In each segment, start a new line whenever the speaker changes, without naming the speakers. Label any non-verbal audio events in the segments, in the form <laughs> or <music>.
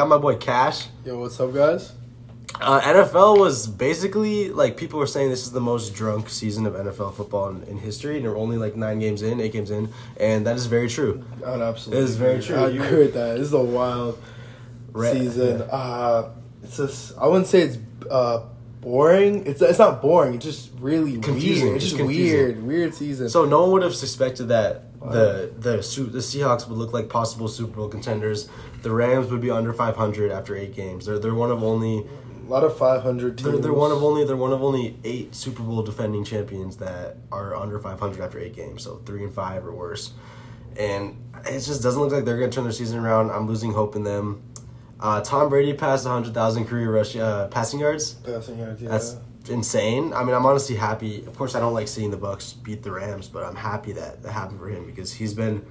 Uh, my boy Cash.
Yo, what's up, guys?
Uh, NFL was basically like people were saying this is the most drunk season of NFL football in, in history, and they're only like nine games in, eight games in, and that is very true.
Not Oh, absolutely.
It is very true.
I
You-
agree with that. This is a wild
Re-
season. Uh, it's just I wouldn't say it's uh, boring. It's it's not boring. It's just really
Confusing.
weird. It's
It's
just
confusing.
weird. Weird season.
So no one would have suspected that the the Su- the Seahawks would look like possible Super Bowl contenders. The Rams would be under five hundred after eight games. They're they're one of only
a lot of five hundred teams.
they're, they're one of only they're one of only eight Super Bowl defending champions that are under five hundred after eight games. So three and five or worse, and it just doesn't look like they're going to turn their season around. I'm losing hope in them. Uh, Tom Brady passed hundred thousand career rush uh, passing yards.
passing yards. Yeah.
That's insane. I mean, I'm honestly happy. Of course, I don't like seeing the Bucks beat the Rams, but I'm happy that that happened for him because he's been,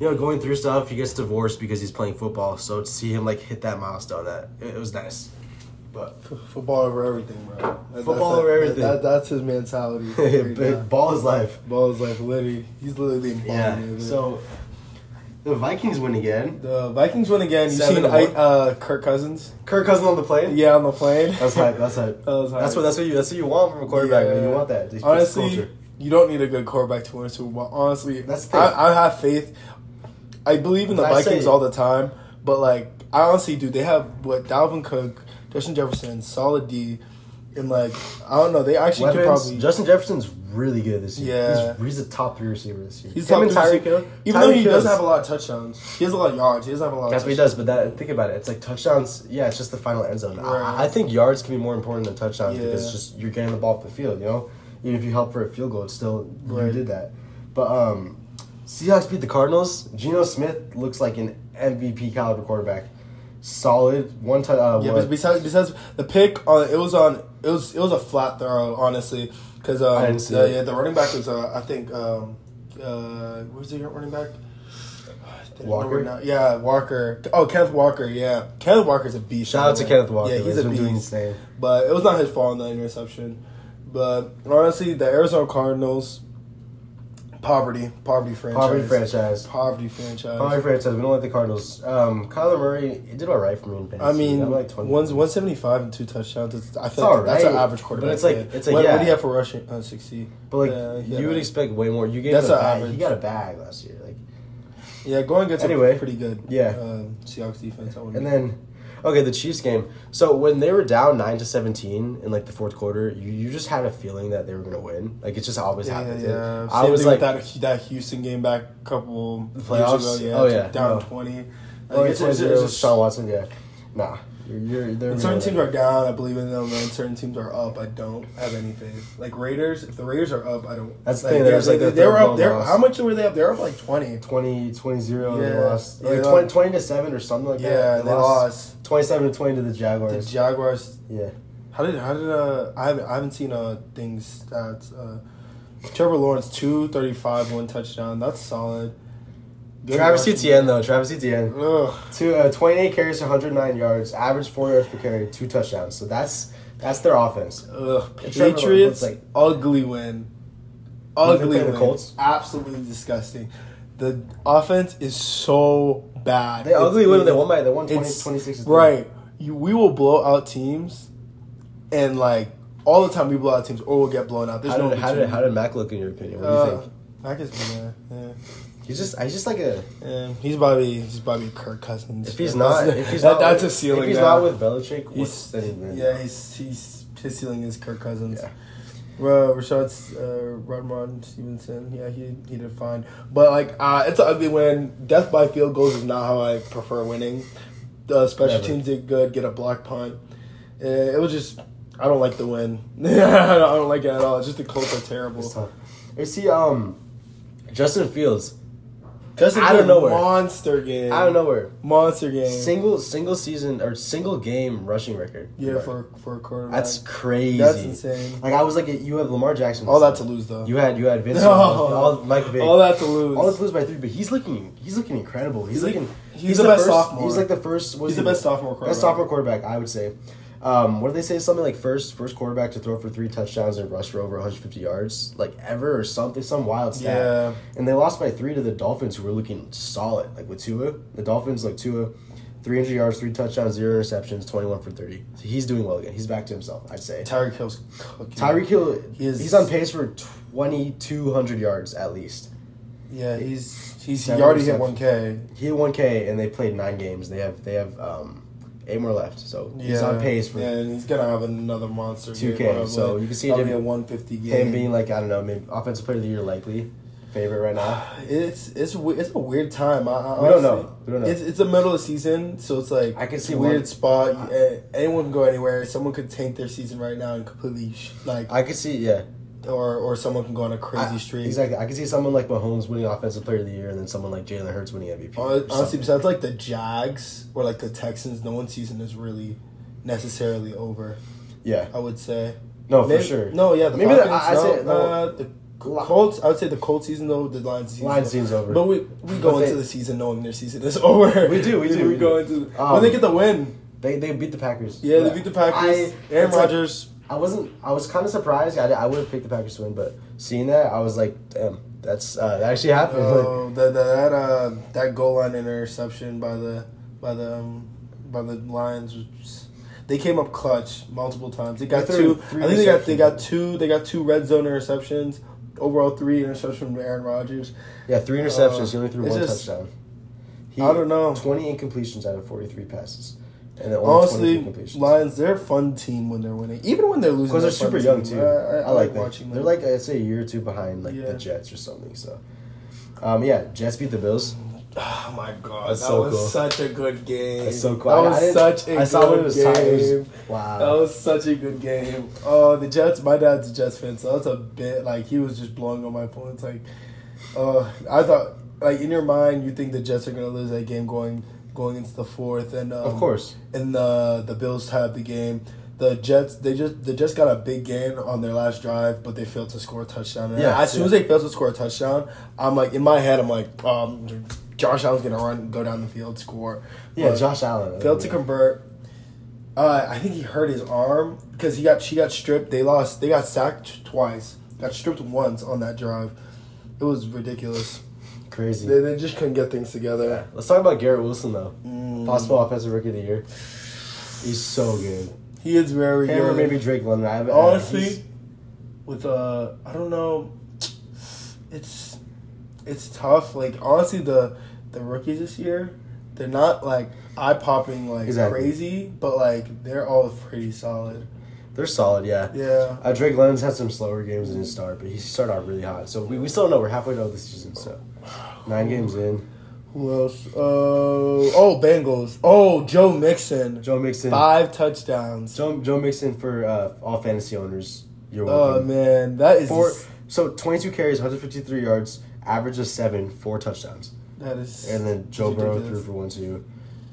you know, going through stuff. He gets divorced because he's playing football. So to see him like hit that milestone, that it, it was nice. <laughs> But
F- football over everything, bro. That- that's
Football
that-
over everything.
That, that's his
<laughs>
mentality. right now.
ball is life.
Ball is like literally. He's literally balling.
Yeah.
man.
So the Vikings win again.
the Vikings win again. You
Seven
seen
to
I,
one.
uh, Kirk Cousins?
Kirk Cousins on the plane.
Yeah, on the plane.
<laughs> That's hype. That's hype.
That was
That's
hype.
what. That's what you. That's what you want from a quarterback.
Yeah.
Man. You want that. Just push
honestly,
culture.
you don't need a good quarterback to win a Super Bowl. Honestly,
That's the thing.
I, I have faith. I believe in the
I
Vikings
say-
all the time, but like I honestly do. They have what Dalvin Cook, Justin Jefferson, solid D, and like I don't know. They actually
Weapons.
could probably.
Justin Jefferson's really good this year.
Yeah.
He's, he's a top three receiver this year.
He's
Him
top
and
three
Tyreek
receiver.
Hill.
Even though
Tyreek
he doesn't
Hill's-
have a lot of touchdowns, he has a lot of yards. He doesn't have a lot. Of
That's what he
touchdowns.
does, but that think about it. It's like touchdowns. Yeah, it's just the final end zone.
Right.
I, I think yards can be more important than touchdowns
Yeah.
because it's just you're getting the ball up the field. You know, even if you help for a field goal, it's still you
Right.
did that. But um, Seahawks beat the Cardinals. Geno Smith looks like an MVP caliber quarterback. Solid one time. Uh,
Yeah,
what-
but besides besides the pick on it was on it was it was a flat throw honestly because um,
I didn't see
the-
it.
yeah the running back was uh, I think um uh where's the running back I think
Walker?
I remember now. yeah Walker oh Kenneth Walker yeah Kenneth Walker's a beast
shout out to
Yeah.
Kenneth Walker.
yeah he's a
been doing
beast
insane.
but it was not his fault on the interception but honestly the Arizona Cardinals poverty poverty franchise
Poverty franchise.
poverty franchise
Poverty franchise. We don't like the Cardinals. Um, Kyler Murray it did all right for me in fantasy.
I mean,
I'm like twenty.
one's one seventy five and two touchdowns. It's, I
It's
feel like that's
alright,
an average quarterback.
but it's like-
play.
it's like,
what,
yeah.
what do you have for rushing? Uh, sixty.
But like
yeah, yeah,
you would
that-
expect way more. You gave
That's
him a
an
bag.
average.
He got a bag last year. Like
yeah, going against
Anyway,
a pretty good
yeah.
um, Seahawks defense. I would
and then okay, the Chiefs game. So when they were down nine to seventeen in like the fourth quarter, you, you just had a feeling that they were gonna win. Like it just always
yeah,
happens.
yeah, yeah.
I
Same
was
thing
like,
with that that Houston game back a couple years
playoffs?
ago. Yeah,
Oh, yeah,
down
no.
twenty.
oh,
Like,
it's, it's, it's just Sean Watson. Yeah, nah. You're, you're, they're gonna
when certain
win.
teams are down, I believe in them. And certain teams are up, I don't have any faith. Like Raiders, if the Raiders are up, I don't.
That's the
like,
thing,
they're-
there's, like,
they,
their
they were
third
up.
blown
They're,
loss.
how much were they up? They're up like twenty.
20, 20-0 and they
Yeah.
lost. Like,
Yeah.
20, 20 to 7 or something like that.
Yeah, they lost.
27 to 20 to the
The
Jaguars.
Jaguars
yeah.
How did how did uh I haven't I haven't seen uh things that uh Trevor Lawrence two thirty five one touchdown that's solid. Good
Travis
rushing.
Etienne, though. Travis Etienne.
Ugh.
Two, uh, 28 carries, 109 yards, average four yards per carry, two touchdowns. So that's that's their offense.
Ugh.
And Trevor Lawrence
Patriots
looks like-
ugly win.
they
Ugly
play the
win.
Colts?
Absolutely disgusting. The offense is so bad.
They ugly
It's-
win. They won by they won 20,
it's-
26 to 3.
Right. You, we will blow out teams and like all the time we blow out teams or we'll get blown out. There's
How
no
did, how, did,
between.
how did Mac look in your opinion? What do you
uh,
think?
I guess yeah, yeah.
He's just he's just like a
Yeah, he's probably he's probably Kirk Cousins.
if he's
That-
not
that's,
if he's
<laughs> that-
not
that's
with,
a ceiling.
If he's
now.
not with Belichick,
he's,
what's then,
yeah, he's he's his ceiling is Kirk Cousins.
Yeah.
Well, Rashad's uh, Rodman Stevenson, yeah, he he did fine, but like uh, it's an ugly win. Death by field goals is not how I prefer winning. The special
Never.
teams did good, get a block punt. Uh, It was just I don't like the win. <laughs> I don't like it at all. It's just the Colts are terrible.
It's tough. You see, um, Justin Fields
Justin
Out of
Fields,
nowhere.
monster game.
out of nowhere,
monster game.
single single season or single game rushing record.
Yeah, for for a quarterback.
that's crazy.
That's insane.
Like I was like, you have Lamar Jackson.
All that to lose though. <laughs>
You had you had Vince.
No.
All Mike Vick.
all that to lose.
All the lose by three, but he's looking he's looking incredible. He's,
He's like-
looking
he's the best
first,
sophomore.
He's like the first. what
He's
is
the
he?
best sophomore quarterback.
Best sophomore quarterback, I would say. Um, what do they say? Something like first first quarterback to throw for three touchdowns and rush for over 150 yards, like ever or something, some wild stat.
Yeah.
And they lost by three to the Dolphins, who were looking solid, like with Tua. The Dolphins, like Tua, 300 yards, three touchdowns, zero interceptions, 21 for 30. So he's doing well again. He's back to himself, I'd say.
Tyreek Hill's cooking.
Tyreek Hill,
He is-
he's on pace for 2,200 yards at least.
Yeah, he's he's he
Seven
already hit one
receptions.
K.
He had 1K and they played nine games. They have they have um, eight more left, so
Yeah,
he's on pace for
yeah, and he's gonna have another monster.
2K,
game, probably.
so you can see
probably
him-
a one fifty game.
him being like I don't know, maybe offensive player of the year likely favorite right now.
It's it's we- it's a weird time. I, I
We don't know.
honestly-
We don't know.
It's it's the middle of the season, so it's like
I can
it's
see
a weird
one-
spot. You- eh, anyone can go anywhere. Someone could tank their season right now and completely sh- like,
I could see yeah,
or or someone can go on a crazy
I-
streak.
Exactly, I could see someone like Mahomes winning offensive player of the year, and then someone like Jalen Hurts winning MVP. or
Hon- Honestly,
something.
besides like the Jags or like the Texans, no one's season is really necessarily over.
yeah,
I would say
no Oh, for
Maybe-
sure.
No, yeah, the
Maybe the-
Falcons.
I- I
no,
say- no.
uh, the Colts. I would say the Colts season though. The Lions season.
Lions season's over.
But we we go
But they-
into the season knowing their season is <laughs> over.
We do, we do,
We,
we
go
do.
into
Um,
when they get the win.
They they beat the Packers.
Yeah, they beat the Packers.
I,
Aaron
it's like-
Rodgers.
I wasn't. I was kind of surprised. I, I would have picked the Packers to win, but seeing that, I was like, damn, that's uh, that actually happened. Like,
Oh, that that that, uh, that goal line interception by the by the um, by the Lions. Was just- they came up clutch multiple times. They got
They
two.
threw three
I think they got they
interceptions.
got two. They got two red zone interceptions. Overall, three interceptions from Aaron Rodgers.
yeah, three interceptions.
Uh,
he only threw
it's
one
just-
touchdown. He,
I don't know.
Twenty incompletions out of forty-three passes, and then only
Honestly,
twenty completions.
Lions, they're a fun team when they're winning. Even when they're losing.
Because they're
a
super
fun
young
team.
too.
I,
I,
I-
like
I like
them.
watching them.
They're like I'd say a year or two behind like
Yeah.
the Jets or something. So, um, yeah, Jets beat the Bills.
<sighs> oh my god,
That's
that
so
was
cool.
such a good game.
That's so cool.
That
I- I
was
didn't-
such a
I saw when
good
it was
game.
tied, it was- wow.
That was such a good game. Oh, the Jets. My dad's a Jets fan, so that's a bit like he was just blowing on my phone. It's like, uh, I thought like in your mind you think the Jets are gonna lose that game going going into the fourth, and um,
Of course.
and the the Bills have the game. The Jets, they just they just got a big gain on their last drive, but they failed to score a touchdown. And
Yeah,
as soon
yeah.
as they failed to score a touchdown, I'm like in my head, I'm like, um, Josh Allen's gonna run, go down the field, score.
Yeah,
But
Josh Allen
failed to
Oh, Yeah.
convert. Uh, I think he hurt his arm because he got she got stripped. They lost. They got sacked twice. Got stripped once on that drive. It was ridiculous.
crazy.
They, they just couldn't get things together.
Let's talk about Garrett Wilson though.
Mm.
Possible offensive rookie of the year. He's so good.
He is very
Him or
good.
maybe Drake London. I have,
honestly with uh i don't know it's it's tough like honestly the the rookies this year they're not like eye popping like
Exactly.
crazy but like they're all pretty solid
they're solid. Yeah.
yeah
Uh, Drake London's had some slower games in his start, but he started out really hot. So we, we still don't know. We're halfway done with the season. So nine games in.
who else uh oh bengals oh joe mixon
Joe Mixon.
five touchdowns
Joe, Joe Mixon for uh, all fantasy owners. You're
oh
welcome.
man that is
four, so 22 carries, 153 yards, average of seven, four touchdowns.
that is
And then Joe Burrow
ridiculous.
threw for one two.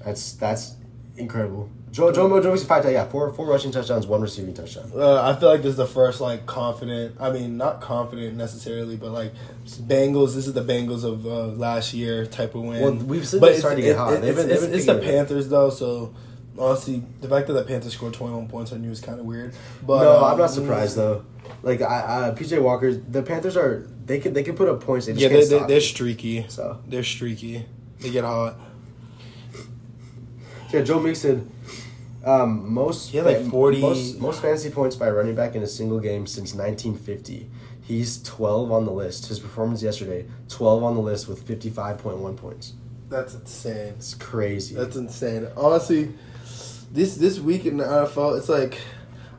That's that's incredible. Joe Joe Joe Mixon five yeah four four rushing touchdowns, one receiving touchdown.
Uh, I feel like this is the first like confident. I mean, not confident necessarily, but like Bengals. This is the Bengals of uh, last year type of win.
Well, we've seen
But
them starting to get hot. They've
it's,
been- they've
it's-
been
it's the
picking it up.
Panthers though, so honestly, the fact that the Panthers scored twenty one points on you is kind of weird. But
no,
um,
I'm not surprised though. Like I, I PJ Walker, the Panthers are they can they can put up points. They just
Yeah,
can't
they, they,
stop
they're
it.
streaky.
So.
They're streaky. They get hot.
yeah, Joe Mixon. Um, most
He had, like,
fa-
40
most, most fantasy points by a running back in a single game since 1950. He's 12 on the list. His performance yesterday, 12 on the list with 55.1 points.
That's insane.
It's crazy.
That's insane. Honestly, this this week in the NFL, it's like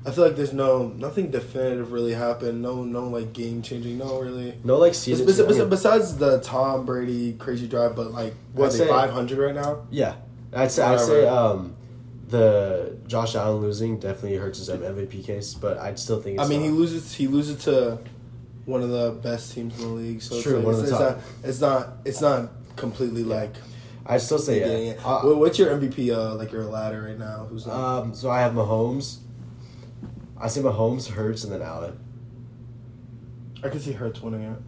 I feel like there's no nothing definitive really happened. No no like game changing. No really.
no like
Bes-
season.
bes-
I mean-
bes- Besides the Tom Brady crazy drive, but like
I'd
what are they
say-
five hundred right now?
Yeah, I'd say I'd say
Whatever.
um, the Josh Allen losing definitely hurts his MVP case, but I'd still think.
I
It's
mean, he
not.
loses he loses to one of the best teams in the league. So
True,
it's, like,
one of
it's,
the
it's
top.
not it's not it's not completely like
I'd still say
getting
yeah.
it.
Uh,
What- What's your MVP uh, like your ladder right now? Who's not?
um, so I have Mahomes. I say Mahomes, Hurts, and then Allen.
I can see Hurts winning it.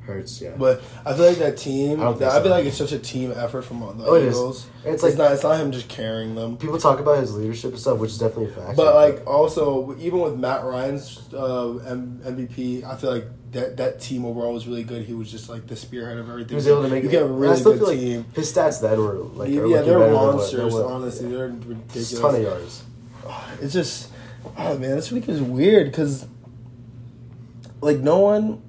Hurts, yeah.
But I feel like that team.
I
I,
don't think
I feel
so.
like it's such a team effort from all the
Oh, it is.
Eagles.
It's
It's
like-
like not. It's not him just carrying them.
People talk about his leadership and stuff, which is definitely a fact.
But like also even with Matt Ryan's uh, M- MVP, I feel like that that team overall was really good. He was just like the spearhead of everything.
he was able to make
you
it.
get a
I
really
still
good
feel like
team.
his stats then were like are
yeah,
looking
they're
better than what- than
monsters.
what-
honestly,
yeah.
they're
It's
ridiculous.
a ton of yards.
It's just, oh man, this week is weird because, like, no one,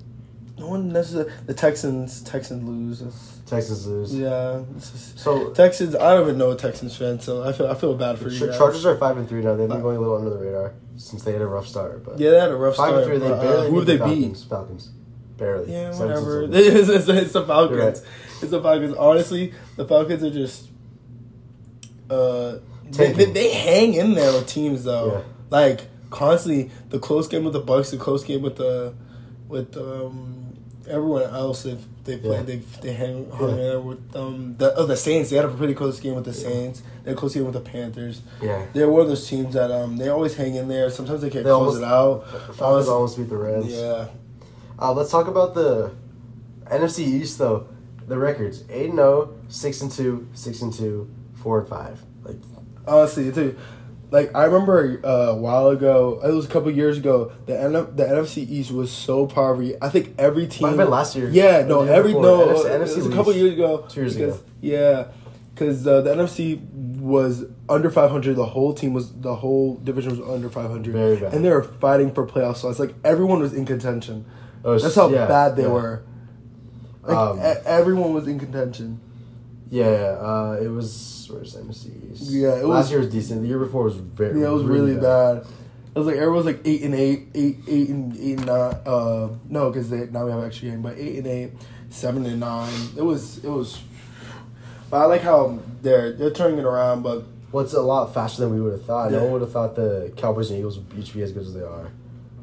no one necessarily. The Texans, Texans lose. It's-
Texans lose.
yeah, it's just-
So
Texans. I don't even know a Texans fan, so I feel I feel bad for you.
Char-
guys.
Chargers are five and three now. They've been going a little under the radar since they had a rough start. But
Yeah, they had a rough
five
start.
and three, they
but, uh,
barely.
who
beat
would they
the Falcons,
beat?
Falcons, barely.
Yeah,
Seventeen
whatever.
seconds.
<laughs> it's, it's, it's the Falcons.
You're right.
It's the Falcons. Honestly, the Falcons are just. Uh, they, they,
Tanking.
they hang in there with teams though,
Yeah.
like constantly. The close game with the Bucks, the close game with the with um, everyone else. If they
Yeah.
played, they they hang hung in
Yeah.
there with um, the oh, the Saints. They had a pretty close game with the Saints. They had a close game with the Panthers.
Yeah.
They're one of those teams that um they always hang in there. Sometimes they can't
They
close
almost-
it out.
The Falcons
Honestly,
almost beat the Rams.
yeah.
Uh, let's talk about the NFC East though. The records: eight and 0, 6 and two, six and two, four and five. Like
Honestly, too. Like I remember uh, a while ago, it was a couple years ago. The N- the NFC East was so poverty. I think every team.
Might have been last year. Or
Yeah,
the
no,
year
every
before.
no.
NFC
it was a couple
East.
years ago.
Two years
because-
ago.
Yeah, because uh, the NFC was under five hundred. The whole team was the whole division was under five hundred.
Very bad.
And they were fighting for playoff slots. Like everyone was in contention.
It was-
That's how
yeah,
bad they
yeah.
were. Like
Um,
e- everyone was in contention.
Yeah, uh, it was where's NFC East?
Yeah, it
last
was-
year was decent. The year before was very
Yeah, it was really bad. It was like everyone was like eight and eight, eight, eight and eight and nine. Uh, no, because they now we have an extra game, but eight and eight, seven and nine. It was it was. But I like how they're they're turning it around. But
What's a lot faster than we would have thought. No
Yeah.
one would have thought the Cowboys and Eagles would each be as good as they are,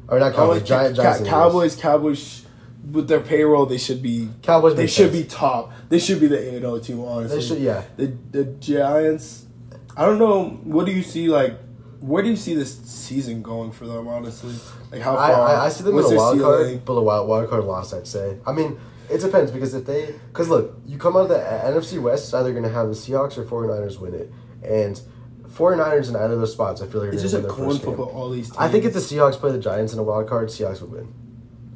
or not
I
Cowboys.
like
Giant,
Ca-
Giants, and Eagles.
Cowboys, Cowboys, with their payroll, they should be
Cowboys.
they
make
should be
sense.
top. They should be the eight and zero team. Honestly,
They should. Yeah.
The the Giants. I don't know. What do you see like? Where do you see this season going for them? Honestly, like how
I,
far?
I, I see them
what's
with a
their
wild
ceiling?
card, but a wild, wild card loss, I'd say. I mean, it depends because if they, because look, you come out of the A- NFC West, it's either going to have the Seahawks or 49ers win it. And 49ers in either of those spots, I feel like are
It's
going
just
to
a
win their
corn
first
flip
game.
with all these teams.
I think if the Seahawks play the Giants in a wild card, Seahawks would win.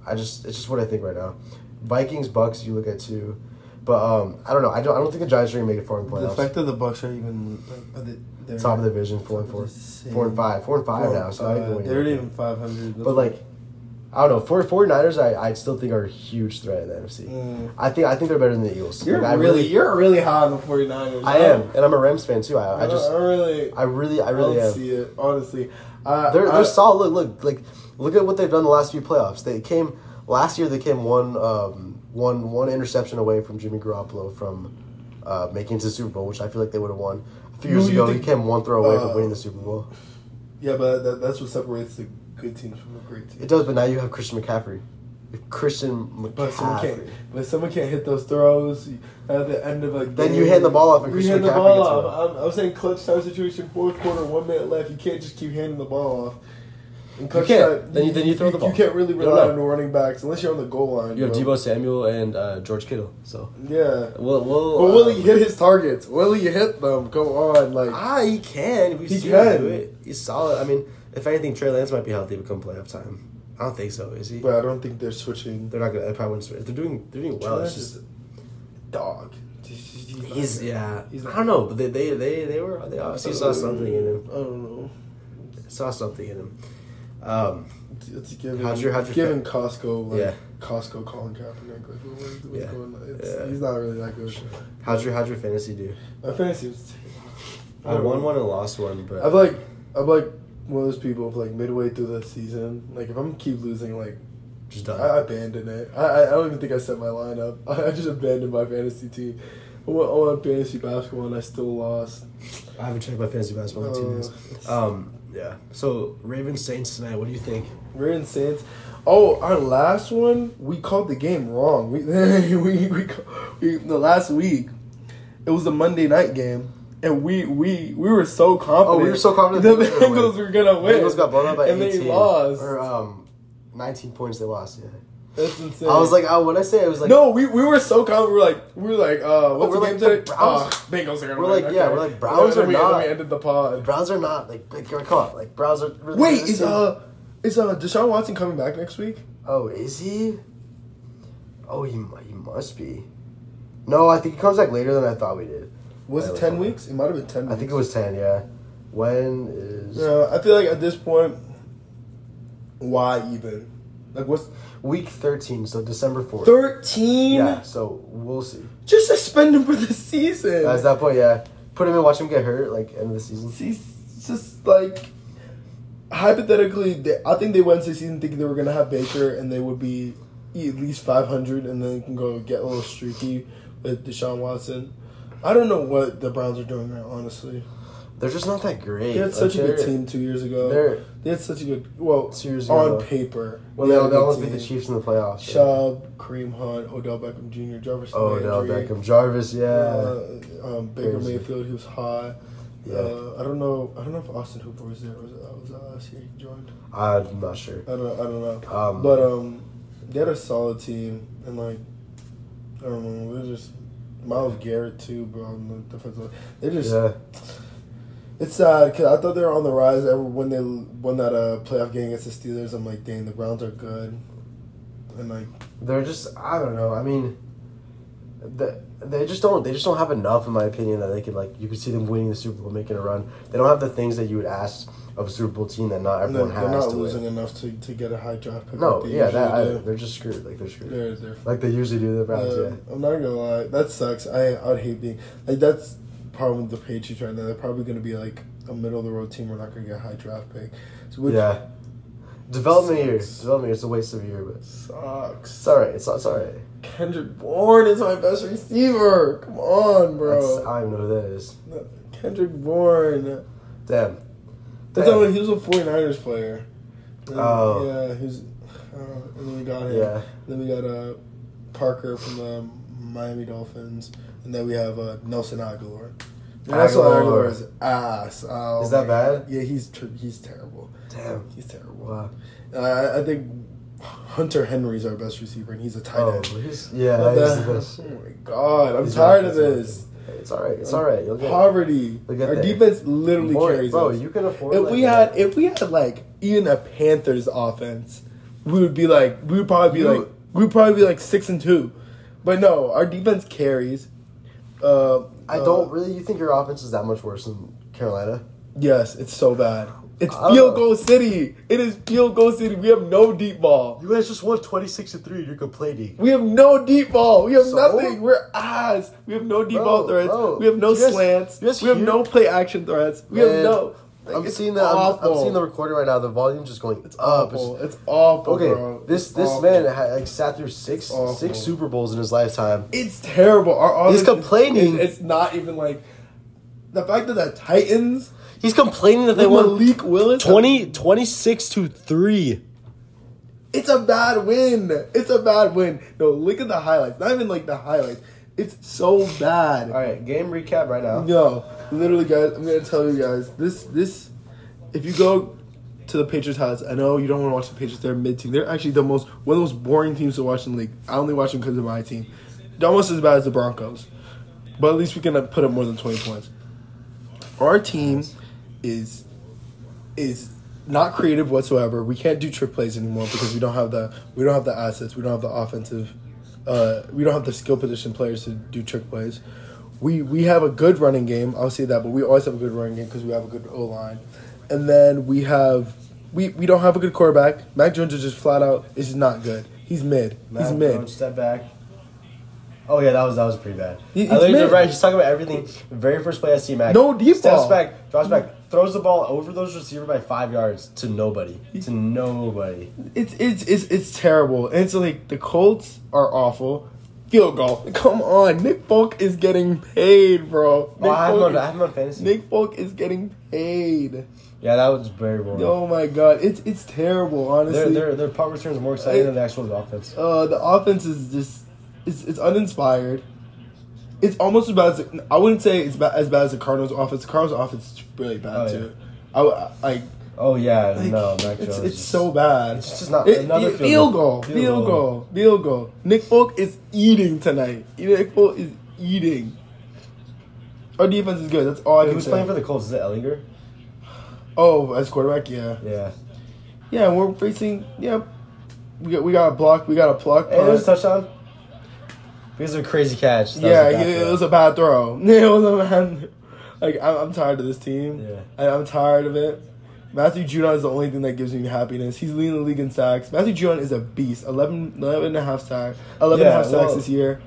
I just, it's just what I think right now. Vikings, Bucks, you look at two. But um, I don't know. I don't, I don't think the Giants are going to make it four and
the
playoffs.
fact that the Bucks are even like, are they, they're
Top of the division, four and four. Four and five. Four and five now, so I
uh,
think
they're not even five hundred.
But like, I don't know. For 49ers, I, I still think are a huge threat in the NFC.
Mm.
I think I think they're better than the Eagles.
you're
Like, I
really, you're really high on the 49ers.
I am, and I'm a Rams fan too. I,
I,
I just,
don't- I really,
I really, I
I
really
don't
am.
see it honestly. I,
They're
I,
they're solid. Look, look, like look at what they've done the last few playoffs. They came last year. They came one um one one interception away from Jimmy Garoppolo from uh, making it to the Super Bowl, which I feel like they would have won. A few
Who
years
do you
ago, he
think-
came one throw away
uh,
from winning the Super Bowl.
Yeah, but that, that's what separates the good teams from the great teams.
It does, but now you have Christian McCaffrey. Christian McCaffrey.
But someone can't. But someone can't hit those throws at the end of a game.
Then you hand the ball off and
You
Christian
hand the
McCaffrey
ball
gets it
off. I'm, I'm saying clutch time situation, fourth quarter, one minute left. You can't just keep handing the ball off. And
can't. Then you- then you throw the ball.
You can't really
You don't
rely
know.
on the running backs unless you're on the goal line.
You have
bro.
Debo Samuel and uh, George Kittle. So
Yeah.
we'll. we'll
But will
uh,
he hit his targets? Will he hit them? Come on, like
Ah, he can. We've
He
seen him
can.
do it. He's solid. I mean, if anything, Trey Lance might be healthy become playoff time. I don't think so. Is he?
But I don't think they're switching.
they're not gonna. They probably wouldn't. switch. They're doing. They're doing well.
Trey
It's
Lance is-
just
Dog.
he's yeah.
He's
I
not-
don't know, but they they they, they were they obviously saw something in him.
I don't know.
Saw something in him. Um,
It's given.
How's your- how's your
given Costco? Like,
Yeah.
Costco Colin Kaepernick. Like, what- what's what's
Yeah.
going on? It's,
Yeah.
He's not really that good.
how'd your how'd your fantasy do?
My fantasy was.
I won one and lost one, but
I'm like, I'm like one of those people. If like midway through the season, like if I'm keep losing, like
just
I,
done.
I abandon it. I, I I don't even think I set my lineup. <laughs> I, I just abandoned my fantasy team. I went on fantasy basketball and I still lost.
I haven't checked my fantasy basketball in two
Uh,
days. Um, yeah. So Ravens Saints tonight. What do you think?
We're in Saints. Oh, our last one, we called the game wrong. We <laughs> we, we, ca- we the last week, it was a Monday night game, and we we we were so confident.
Oh, we were so confident
the
the Bengals were gonna
<laughs> Bengals were gonna win.
Bengals got blown out by
and
18.
they lost.
Or um, 19 points they lost, yeah.
That's insane.
I was like, oh, what I say? I was like, Oh,
no, we, we were so calm. We were like, we were like, uh, what's
we're
the
like
game
the
today?
Browns.
Uh, Bengals are gonna
We're
win.
like, yeah,
okay.
we're like, Browns
And
are
then we, and then
not-
We ended the pod.
Browns are not like like you're caught. Like Browns are. really-
Wait, is uh, is uh, Deshaun Watson coming back next week?
Oh, is he? Oh, he mu- he must be. No, I think he comes back later than I thought we did.
Was
I
it
was
ten
wrong.
weeks? It might have been ten.
I
Weeks.
think it was ten. Yeah. When is
Yeah, I feel like at this point, why even? Like, what's
week thirteen? So December fourth.
thirteen?
Yeah. So we'll see.
Just suspend him for the season.
At that point, yeah. Put him in. Watch him get hurt. Like end of the season.
He's just like hypothetically. They, I think they went to the season thinking they were gonna have Baker and they would be at least five hundred, and then can go get a little streaky with Deshaun Watson. I don't know what the Browns are doing right. Honestly,
They're just not that great.
they had
Like,
such a good
they're-
team two years ago.
They're
They had such a good well
Two years
on
ago.
paper.
well. They,
had a
they
good
almost beat
team.
the Chiefs in the playoffs.
Chubb, Kareem Hunt, Odell Beckham Jr., Jefferson.
Oh no,
Landry,
Beckham, Jarvis. Yeah.
Uh, um, Baker
Crazy.
Mayfield, he was hot.
Yeah.
Uh, I don't know. I don't know if Austin Hooper was there. Was that was that last year he joined?
I'm not sure.
I don't. I don't know.
Um,
But um, they had a solid team, and like, I don't know. They're just Miles Garrett too, bro. On the defensive, line. they just.
yeah.
It's sad because I thought they were on the rise. Ever when they won that uh, playoff game against the Steelers, I'm like, dang, the Browns are good, and like.
they're just I don't know. I mean, the, they just don't they just don't have enough in my opinion that they could like you could see them winning the Super Bowl, making a run. They don't have the things that you would ask of a Super Bowl team that not
And they're,
everyone
they're
has
not
to
losing
win.
enough to, to get a high draft pick.
No,
like they
yeah, that I,
usually do.
they're just screwed. Like they're screwed.
They're, they're,
Like they usually do the Browns.
Uh, I'm not gonna lie, that sucks. I I'd hate being like that's problem with the Patriots right now. They're probably gonna be like a middle of the road team. We're not gonna get a high draft pick. So,
yeah.
which
Yeah. Development year.
Sucks.
Development year. It's a waste of a year, but
sucks.
it's all right. It's, it's all right.
Kendrick Bourne is my best receiver. Come on,
That's,
bro.
I don't know who that is.
Kendrick Bourne.
Damn.
That's
Damn.
not like he was a 49ers player. And,
Oh.
Yeah, he was. Uh, and then we got him.
Yeah.
Then we got uh, Parker from the Miami Dolphins, and then we have uh, Nelson Aguilar. And that's all
Aguilar.
Aguilar is ass. Oh,
Is that
my
bad?
Yeah, he's ter- he's terrible.
Damn.
He's terrible.
Wow.
Uh, I- I think Hunter Henry's our best receiver, and he's a tight
Oh,
end.
he's, yeah.
What
that is
the-
the best.
Oh my god, I'm
He's
tired
not-
of this.
It's all right. It's all right. You'll get
Poverty.
Look at
Our
that.
defense literally
More-
carries
bro,
us.
you can afford.
If
like
we
that.
had, if we had like even a Panthers offense, we would be like, we would probably be
You-
like, we would probably be like six and two, but no, our defense carries. Uh,
I
uh,
don't really. You think your offense is that much worse than Carolina?
Yes, it's so bad. It's
I don't
field
know.
goal city. It is field goal city. We have no deep ball.
You guys just won twenty six to three. You're complaining.
We have no deep ball. We have
So?
nothing. We're ass. We have no deep
Bro,
ball threats.
bro.
We have no
You guys-
slants.
you guys
we have
hear-
no play action threats. We have
Man,
no. like,
I'm
it's
seeing the. I'm, I'm
awful.
seeing the recording right now. The volume's just going
It's
up.
awful. It's awful,
okay,
bro.
this
It's
this
awful.
man had, like sat through six
awful.
six Super Bowls in his lifetime.
It's terrible. Our
He's
offense is-
complaining.
It's, not even like the fact that the Titans
He's complaining that they
with
won
Malik Willis.
20, 26 to three.
It's a bad win. It's a bad win. No, look at the highlights. Not even like the highlights. It's so bad.
All right, game recap right now.
No, literally, guys. I'm gonna tell you guys this. This, if you go to the Patriots' house, I know you don't want to watch the Patriots. They're mid team. They're actually the most one of the most boring teams to watch in the league. I only watch them because of my team. They're almost as bad as the Broncos, but at least we can uh, put up more than 20 points. Our team is is not creative whatsoever. We can't do trick plays anymore because we don't have the we don't have the assets. We don't have the offensive. Uh, we don't have the skill position players to do trick plays. We we have a good running game. I'll say that, but we always have a good running game because we have a good O line, and then we have we, we don't have a good quarterback. Mac Jones is just flat out is just not good. He's mid. He's
Matt
mid.
Roach, step back. Oh yeah, that was that was pretty bad.
He-
I
he's
think you're
mid.
right. He's talking about everything. The very first play I see Mac.
No deep
Steps
ball.
back, drops back, throws the ball over those receiver by five yards to nobody. To nobody.
It's it's it's it's terrible. And it's like the Colts are awful. Field goal. <laughs> Come on, Nick Folk is getting paid, bro.
Oh,
Nick
I have
Folk
him on, I
is-
have him on fantasy.
Nick Folk is getting paid.
yeah, that was very boring.
Oh my god, it's it's terrible.
their
Honestly,
their their punt returns more exciting than the actual offense.
uh, the offense is just it's it's uninspired. It's almost as bad as I wouldn't say it's ba- as bad as the Cardinals' offense. The Cardinals' offense is really bad
Oh, yeah.
too. I, w- I- like
Oh yeah,
Like,
no, Mac Jones.
it's, it's
is-
so bad.
It's just not
It,
another
field,
field
goal,
Field
field
goal.
goal, field goal. Nick Folk is eating tonight. Nick Folk is eating. Our defense is good. That's all I
Wait,
can
Who's
say.
playing for the Colts? Is it Ellinger?
oh, as quarterback, yeah,
Yeah.
yeah. and We're facing. Yeah, we got we got a block. We got a pluck.
Hey, there's a
punt.
touchdown. Because of a crazy catch. That was a
yeah,
bad
it, it
throw.
was a bad throw. <laughs> it was a bad. Like I'm, I'm tired of this team.
Yeah.
I, I'm tired of it. Matthew Judon is the only thing that gives me happiness. He's leading the league in sacks. Matthew Judon is a beast. 11, 11 and a half sack, 11 and a
Yeah,
half sacks
well-
this year.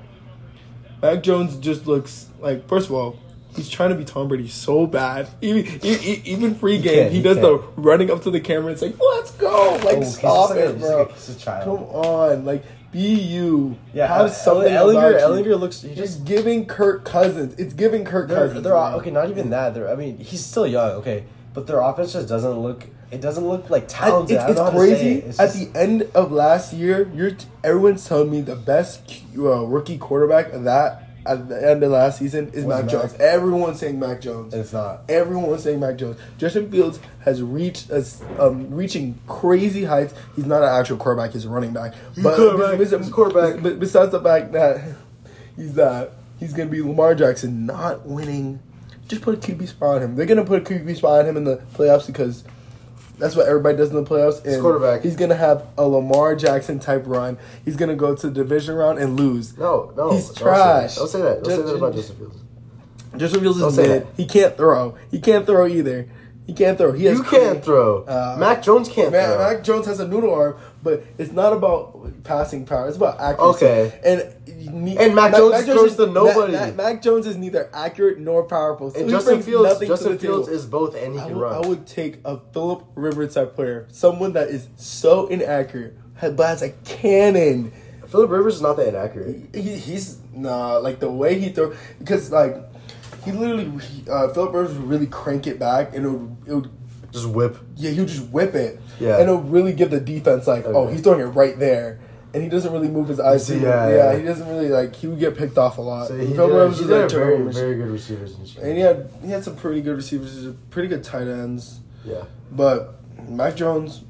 Mac Jones just looks like, first of all, he's trying to be Tom Brady so bad. Even, e- e- even free
He
game,
can,
he,
he
does the
can.
running up to the camera and saying, let's go. Like,
Oh, he's just
stop
like a-
it,
he's
bro.
like a- he's a child.
Come on. Like, be you.
Yeah,
Have
Have
something
Ellinger.
about you.
Ellinger looks. He
It's
just.
giving Kirk Cousins. It's giving Kirk
They're,
Cousins.
they're
man.
okay. Not even that. They're. I mean, he's still young. Okay, but their offense just doesn't look. It doesn't look like
I-
talented.
it's,
I don't
it's
know how to say
crazy.
it. It's
At
just-
the end of last year, you're t- everyone's telling me the best Q- uh, rookie quarterback of that at the end of last season
Was
is Mac,
Mac.
Jones. Everyone's saying Mac Jones.
It's not.
Everyone's saying Mac Jones. Justin Fields has reached us, um, reaching crazy heights. He's not an actual quarterback; he's a running back.
quarterback. He's a quarterback.
But besides the fact that he's that, he's gonna be Lamar Jackson not winning. Just put a QB spot on him. They're gonna put a QB spot on him in the playoffs because that's what everybody does in the playoffs. And
quarterback.
He's gonna have a Lamar Jackson type run. He's gonna go to the division round and lose.
No, no.
He's
don't say that.
trash.
Don't say that. Don't say
Ju-
that about
ju-
Justin Fields.
Justin Fields
Don't
is
say
mid.
that.
He can't throw. He can't throw either. He can't throw. He has
You can't throw.
Uh,
Mac Jones can't
Man,
throw.
Mac Jones has a noodle arm, but it's not about passing power. It's about accuracy.
Okay.
And ne-
And Mac Jones throws
is-
to nobody.
Mac, Mac Jones is neither accurate nor powerful. So
and
he
Justin
brings
Fields.
nothing to
Justin
the
Fields
table.
is both, and he
I
can
would,
run.
I would take a Philip Rivers type player, someone that is so inaccurate, ha- but has a cannon.
Philip Rivers is not that inaccurate.
He, he's nah, like the way he throw because like he literally he, uh, Philip Rivers would really crank it back and it would, it would
Just whip.
yeah he would just whip it
Yeah.
and it'll really give the defense like oh
Okay.
he's throwing it right there. And he doesn't really move his eyes.
see,
too-
yeah,
yeah,
yeah.
he doesn't really like. He would get picked off a lot.
So
And
he,
Philip
did-
Rivers
he
is
did
like
have very,
Jerome-
very good receivers. And, shit.
and he had he had some pretty good receivers, pretty good tight ends.
yeah.
But Mac Jones,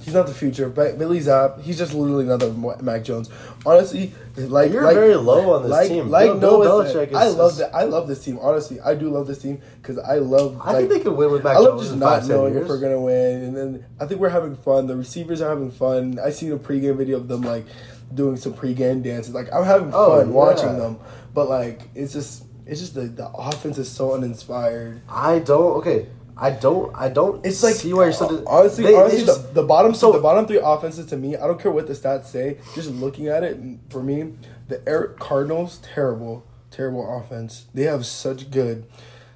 he's not the future. But Billy Zapp, he's just literally another Mo- Mac Jones. Honestly, like
You're
like,
very low on this
like,
team.
Like
Bill- Bill
Noah
Belichick
said,
is-
I love
is-
that. I love this team. Honestly, I do love this team because I love.
I think
like,
they could win with Mac
I love
Jones
just
in
not
five, ten
knowing
years.
if we're gonna win, and then I think we're having fun. The receivers are having fun. I seen a pregame video of them like doing some pregame dances. Like I'm having
Oh,
fun watching
yeah.
them, but like it's just it's just the, the offense is so uninspired.
I don't. Okay, I don't. I don't.
It's like
see why you're such a-
honestly,
they- they
honestly,
just-
the, the bottom
so-
the bottom three offenses to me, I don't care what the stats say. Just looking at it for me, the Air Cardinals terrible, terrible offense. They have such good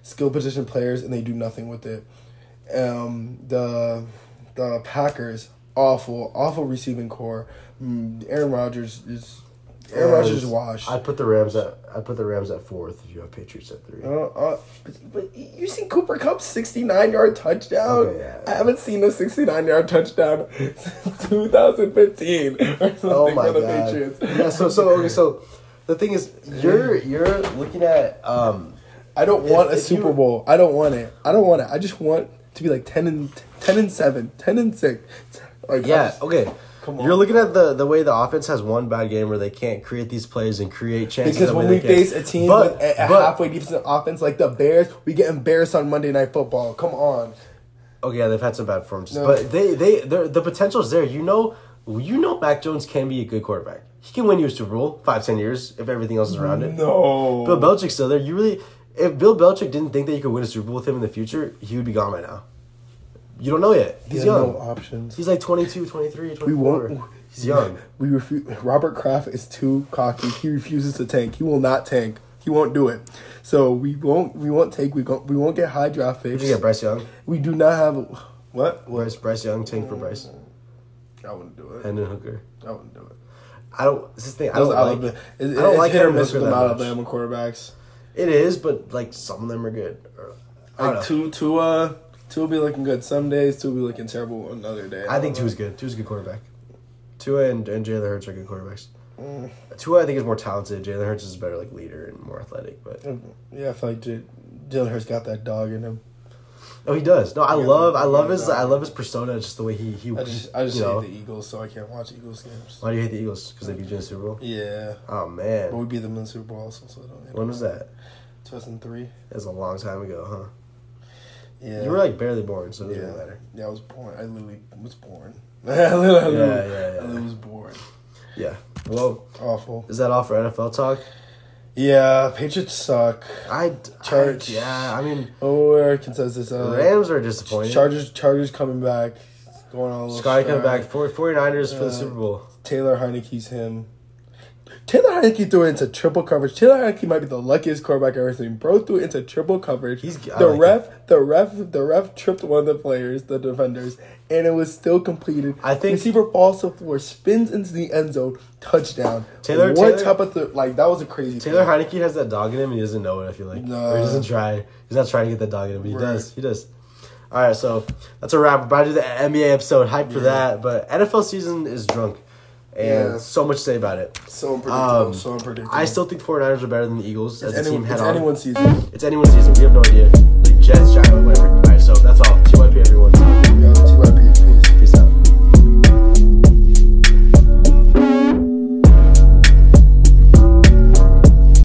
skill position players, and they do nothing with it. Um, the the Packers awful, awful receiving core. Mm, Aaron Rodgers is Aaron Rodgers is washed.
I put the Rams at. I put the Rams at fourth. If you have Patriots at three.
Uh, uh, but, but you seen Cooper Cup's 69 yard touchdown?
Okay, yeah.
I haven't seen a 69 yard touchdown <laughs> since 2015 or something
oh my
for the
god.
Patriots.
<laughs> Yeah. So so okay. So the thing is, you're you're looking at um.
I don't want
if
a
you-
Super Bowl. I don't want it. I don't want it. I just want to be like 10 and 10 and 7, 10 and 6. Like, I
Yeah.
just-
Okay.
Come on.
You're looking at the the way the offense has one bad game where they can't create these plays and create chances.
Because
that
when
way
we
they can.
face a team with a, a halfway defensive offense like the Bears, we get embarrassed on Monday Night Football. Come on.
Okay, yeah, they've had some bad performances,
No.
but they they they're- the potential's there. You know, you know, Mac Jones can be a good quarterback. He can win you a Super Bowl five ten years if everything else is around it.
No.
Bill Belichick's still there. You really, if Bill Belichick didn't think that you could win a Super Bowl with him in the future, he would be gone by now. You don't know yet. He's
Yeah,
young.
no options.
He's like 22, 23, 24.
We won't.
He's young.
<laughs> We refuse. Robert Kraft is too cocky. He refuses to tank. He will not tank. He won't do it. So we won't. We won't take. We won't. We won't get high draft picks.
Did you get Bryce Young?
We do not have. What? What?
Bryce, Bryce Young, tank for Bryce.
I wouldn't do it.
Hendon Hooker.
I wouldn't do it.
I don't. This is the thing. I
Those
don't
Alabama.
like.
It's,
I don't
it's
like
hit or
Hendon
miss
Hooker
with them
that much.
Alabama quarterbas.
It is, but like some of them are good. Or- I don't
Like
know.
two, two, uh, two will be looking good some days. Two will be looking terrible another day.
I think Tua's good. Tua's a good quarterback. Tua and, and Jalen Hurts are good quarterbacks.
Mm,
Tua, I think, is more talented. Jalen Hurts is a better like leader and more athletic. But
Yeah, I feel like J- Jalen Hurts got that dog in him.
Oh, he does. No, I
Yeah,
love, I love
yeah,
his,
no.
I love his persona. Just the way he, he.
I just I just
you know.
hate the Eagles, so I can't watch Eagles games.
Why do you hate the Eagles? Because they beat you in the Super Bowl.
Yeah,
Oh
but
man,
we beat them in the Super Bowl also, so I don't.
when was that?
Two thousand three.
That was a long time ago, huh?
Yeah,
You were like barely born, so it doesn't
Yeah.
matter.
yeah, I was born. I literally was born. <laughs> I literally, I
Yeah,
literally-
yeah, yeah.
I literally was born.
Yeah. Well,
Awful.
is that all for NFL talk?
Yeah, Patriots suck.
I
Charge.
I- yeah, I mean,
Oh, Eric says this. Uh,
Rams are disappointing.
Chargers, Chargers coming back. It's Going on a little
Sky coming
stride.
back. 49ers for
Uh,
the Super Bowl.
Taylor Heineke's him. Taylor Heineke threw into triple coverage. Taylor Heineke might be the luckiest quarterback I've ever seen. Bro threw into triple coverage.
He's- I
the
like
ref, the ref, the ref tripped one of the players, the defenders, and it was still completed.
I think-
receiver falls to the floor, spins into the end zone, touchdown.
Taylor-
what
Taylor-
type of th- like that was a crazy
Taylor
thing.
Heineke has that dog in him, and he doesn't know it. I feel like,
Nah.
or he doesn't try. He's not trying to get that dog in him, but he
Right.
does. He does. All right, so that's a wrap. We're about to do the NBA episode. Hype for that, but NFL season is drunk, and
Yeah.
so much to say about it.
So unpredictable.
Um,
so unpredictable.
I still think 49ers are better than the Eagles as
it's,
a
anyone,
team head
it's
on.
anyone's season.
It's anyone's season. We have no idea. Jets, Giants, whatever. All right, so that's all. TYP, everyone.